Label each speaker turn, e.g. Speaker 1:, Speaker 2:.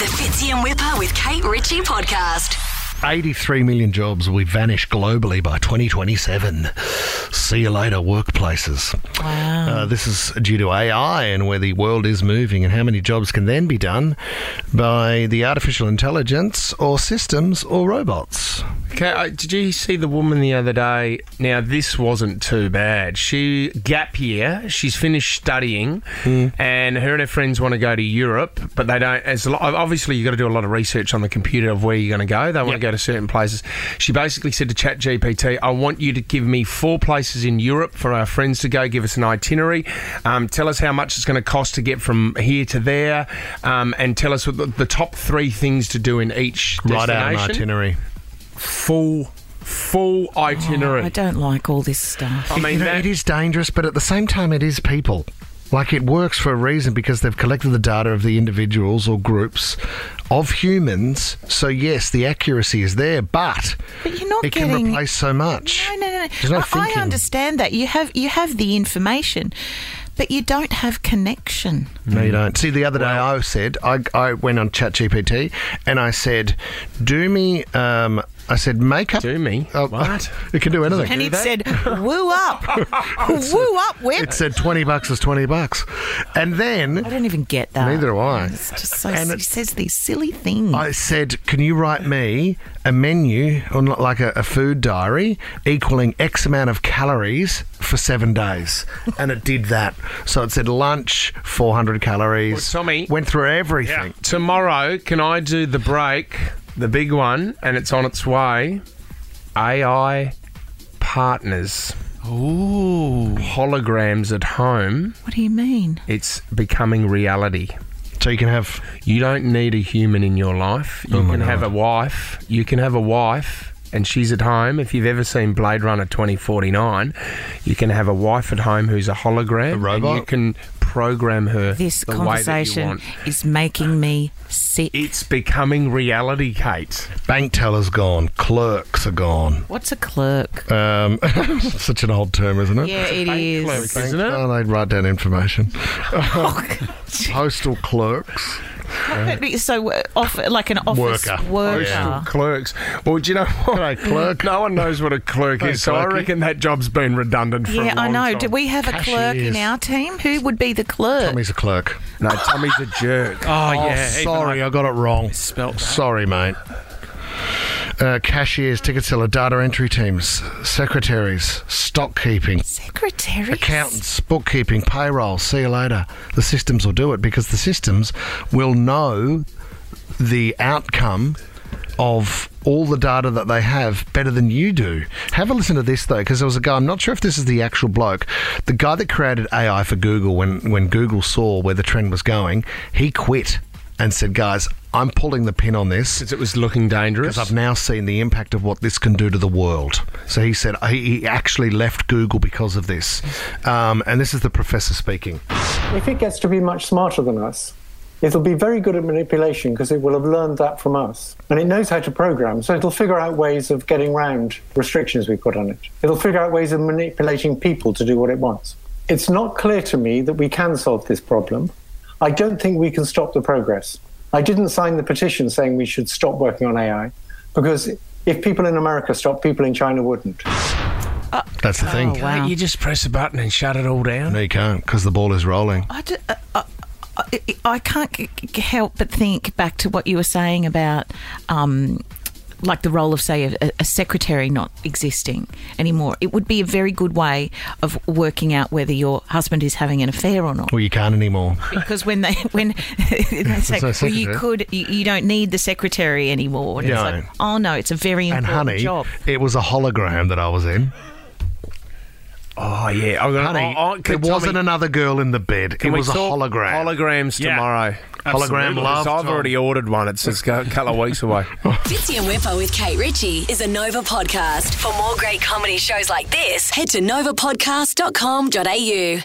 Speaker 1: Mackie and Whipper with Kate Ritchie podcast.
Speaker 2: 83 million jobs will vanish globally by 2027. See you later, workplaces. Wow. Uh, this is due to AI and where the world is moving and how many jobs can then be done by the artificial intelligence or systems or robots.
Speaker 3: Okay, I, uh, did you see the woman the other day? Now this wasn't too bad. She gap year. She's finished studying,
Speaker 2: Hmm.
Speaker 3: and her and her friends want to go to Europe, but they don't. As lo- obviously, you've got to do a lot of research on the computer of where you're going to go. They want to go to certain places. She basically said to ChatGPT, "I want you to give me four places in Europe for our friends to go. Give us an itinerary. Um, tell us how much it's going to cost to get from here to there, um, and tell us what the, the top three things to do in each
Speaker 2: Right out an
Speaker 3: destination."
Speaker 2: itinerary.
Speaker 3: full full itinerary.
Speaker 4: Oh, I don't like all this stuff.
Speaker 3: I mean,
Speaker 2: You know,
Speaker 3: that,
Speaker 2: it is dangerous, but at the same time, it is people. Like it works for a reason because they've collected the data of the individuals or groups of humans. So yes, the accuracy is there, but,
Speaker 4: But you're not
Speaker 2: it
Speaker 4: getting.
Speaker 2: can replace so much.
Speaker 4: No, no, no. no.
Speaker 2: There's no
Speaker 4: I, I
Speaker 2: thinking.
Speaker 4: understand that you have you have the information, but you don't have connection.
Speaker 2: No, you don't. See, the other day I said, I, I went on ChatGPT and I said, do me, um, I said, make up.
Speaker 3: Do me? What?
Speaker 2: It can do anything.
Speaker 4: And it said, "Woo up, woo up, whip."
Speaker 2: it said 20 bucks is 20 bucks. And
Speaker 4: I
Speaker 2: then
Speaker 4: don't even get that.
Speaker 2: Neither do I.
Speaker 4: It's just so.
Speaker 2: And
Speaker 4: he
Speaker 2: it-
Speaker 4: says these silly things.
Speaker 2: I said, can you write me a menu on li- like a, a food diary equaling X amount of calories for seven days? And it did that. So it said lunch, 400 calories.
Speaker 3: Well, Tommy-
Speaker 2: Went through everything.
Speaker 3: tomorrow, can I do the break, the big one, and it's on its way? AI partners. Ooh. Holograms at home.
Speaker 4: what do you mean?
Speaker 3: It's becoming reality.
Speaker 2: So you can have
Speaker 3: You don't need a human in your life. You can have a wife. You can have a wife. And she's at home. If you've ever seen Blade Runner 2049, you can have a wife at home who's a hologram.
Speaker 2: robot?
Speaker 3: And you can program her
Speaker 4: This
Speaker 3: the way that you
Speaker 4: conversation
Speaker 3: want.
Speaker 4: is making me sick.
Speaker 3: It's becoming reality, Kate.
Speaker 2: bank tellers gone, clerks are gone.
Speaker 4: What's a clerk?
Speaker 2: Um, such an old term, isn't it?
Speaker 4: yeah, it is. Oh,
Speaker 3: Clerk, isn't it?
Speaker 2: Oh, they'd write down information. Postal clerks.
Speaker 4: so uh, off, like an office
Speaker 2: Worker.
Speaker 4: worker.
Speaker 2: Yeah.
Speaker 3: Clerks. Well, do you know what?
Speaker 2: G'day, clerk.
Speaker 3: No one knows what a clerk
Speaker 2: Hey,
Speaker 3: is, so I
Speaker 2: clerky.
Speaker 3: reckon that job's been redundant for
Speaker 4: Yeah,
Speaker 3: a long
Speaker 4: I
Speaker 3: time.
Speaker 4: know. Do we have a clerk
Speaker 2: Cashiers.
Speaker 4: in our team? Who would be the clerk?
Speaker 2: Tommy's a clerk.
Speaker 3: No, Tommy's a jerk.
Speaker 5: Oh,
Speaker 2: Oh,
Speaker 5: yeah. even
Speaker 2: sorry,
Speaker 5: I
Speaker 2: I got it wrong.
Speaker 5: spelt that.
Speaker 2: Sorry, mate. Uh, cashiers, ticket seller, data entry teams, secretaries, stock keeping,
Speaker 4: Secretary.
Speaker 2: accountants, bookkeeping, payroll. See you later. The systems will do it because the systems will know the outcome of all the data that they have better than you do. Have a listen to this though, because there was a guy. I'm not sure if this is the actual bloke, the guy that created AI for Google when when Google saw where the trend was going. He quit and said, "Guys, I'm pulling the pin on this."
Speaker 3: Because it was looking dangerous.
Speaker 2: because I've now seen the impact of what this can do to the world. So he said he, he actually left Google because of this. Um, and this is the professor speaking.
Speaker 6: if it gets to be much smarter than us, it'll be very good at manipulation because it will have learned that from us. And it knows how to program, so it'll figure out ways of getting round restrictions we put on it. It'll figure out ways of manipulating people to do what it wants. It's not clear to me that we can solve this problem. I don't think we can stop the progress. I didn't sign the petition saying we should stop working on AI because if people in America stopped, people in China wouldn't.
Speaker 2: That's the thing.
Speaker 4: Oh, wow.
Speaker 3: You just press a button and shut it all down.
Speaker 2: No, you can't because the ball is rolling.
Speaker 4: I, d- uh, uh, I, I can't g- g- help but think back to what you were saying about. Um, like the role of, say, a, a secretary not existing anymore. It would be a very good way of working out whether your husband is having an affair or not.
Speaker 2: Well, you can't anymore.
Speaker 4: Because when they when they say,
Speaker 2: no
Speaker 4: well, you
Speaker 2: secretary."
Speaker 4: could, you, you don't need the secretary anymore. And
Speaker 2: Yeah.
Speaker 4: it's like, oh no, it's a very
Speaker 2: And
Speaker 4: important
Speaker 2: honey,
Speaker 4: job.
Speaker 2: it was a hologram that I was in.
Speaker 3: Oh, yeah. I'm gonna,
Speaker 2: Honey,
Speaker 3: oh, oh,
Speaker 2: there
Speaker 3: Tommy,
Speaker 2: wasn't another girl in the bed. It
Speaker 3: can we
Speaker 2: was a
Speaker 3: talk
Speaker 2: hologram.
Speaker 3: Holograms
Speaker 5: Yeah.
Speaker 3: tomorrow.
Speaker 2: Hologram
Speaker 5: Absolutely.
Speaker 2: love.
Speaker 3: So I've
Speaker 2: Tom.
Speaker 3: already ordered one. It's just a couple of weeks away.
Speaker 1: Fitzy and Whipper with Kate Ritchie is a Nova podcast. For more great comedy shows like this, head to novapodcast.com.au.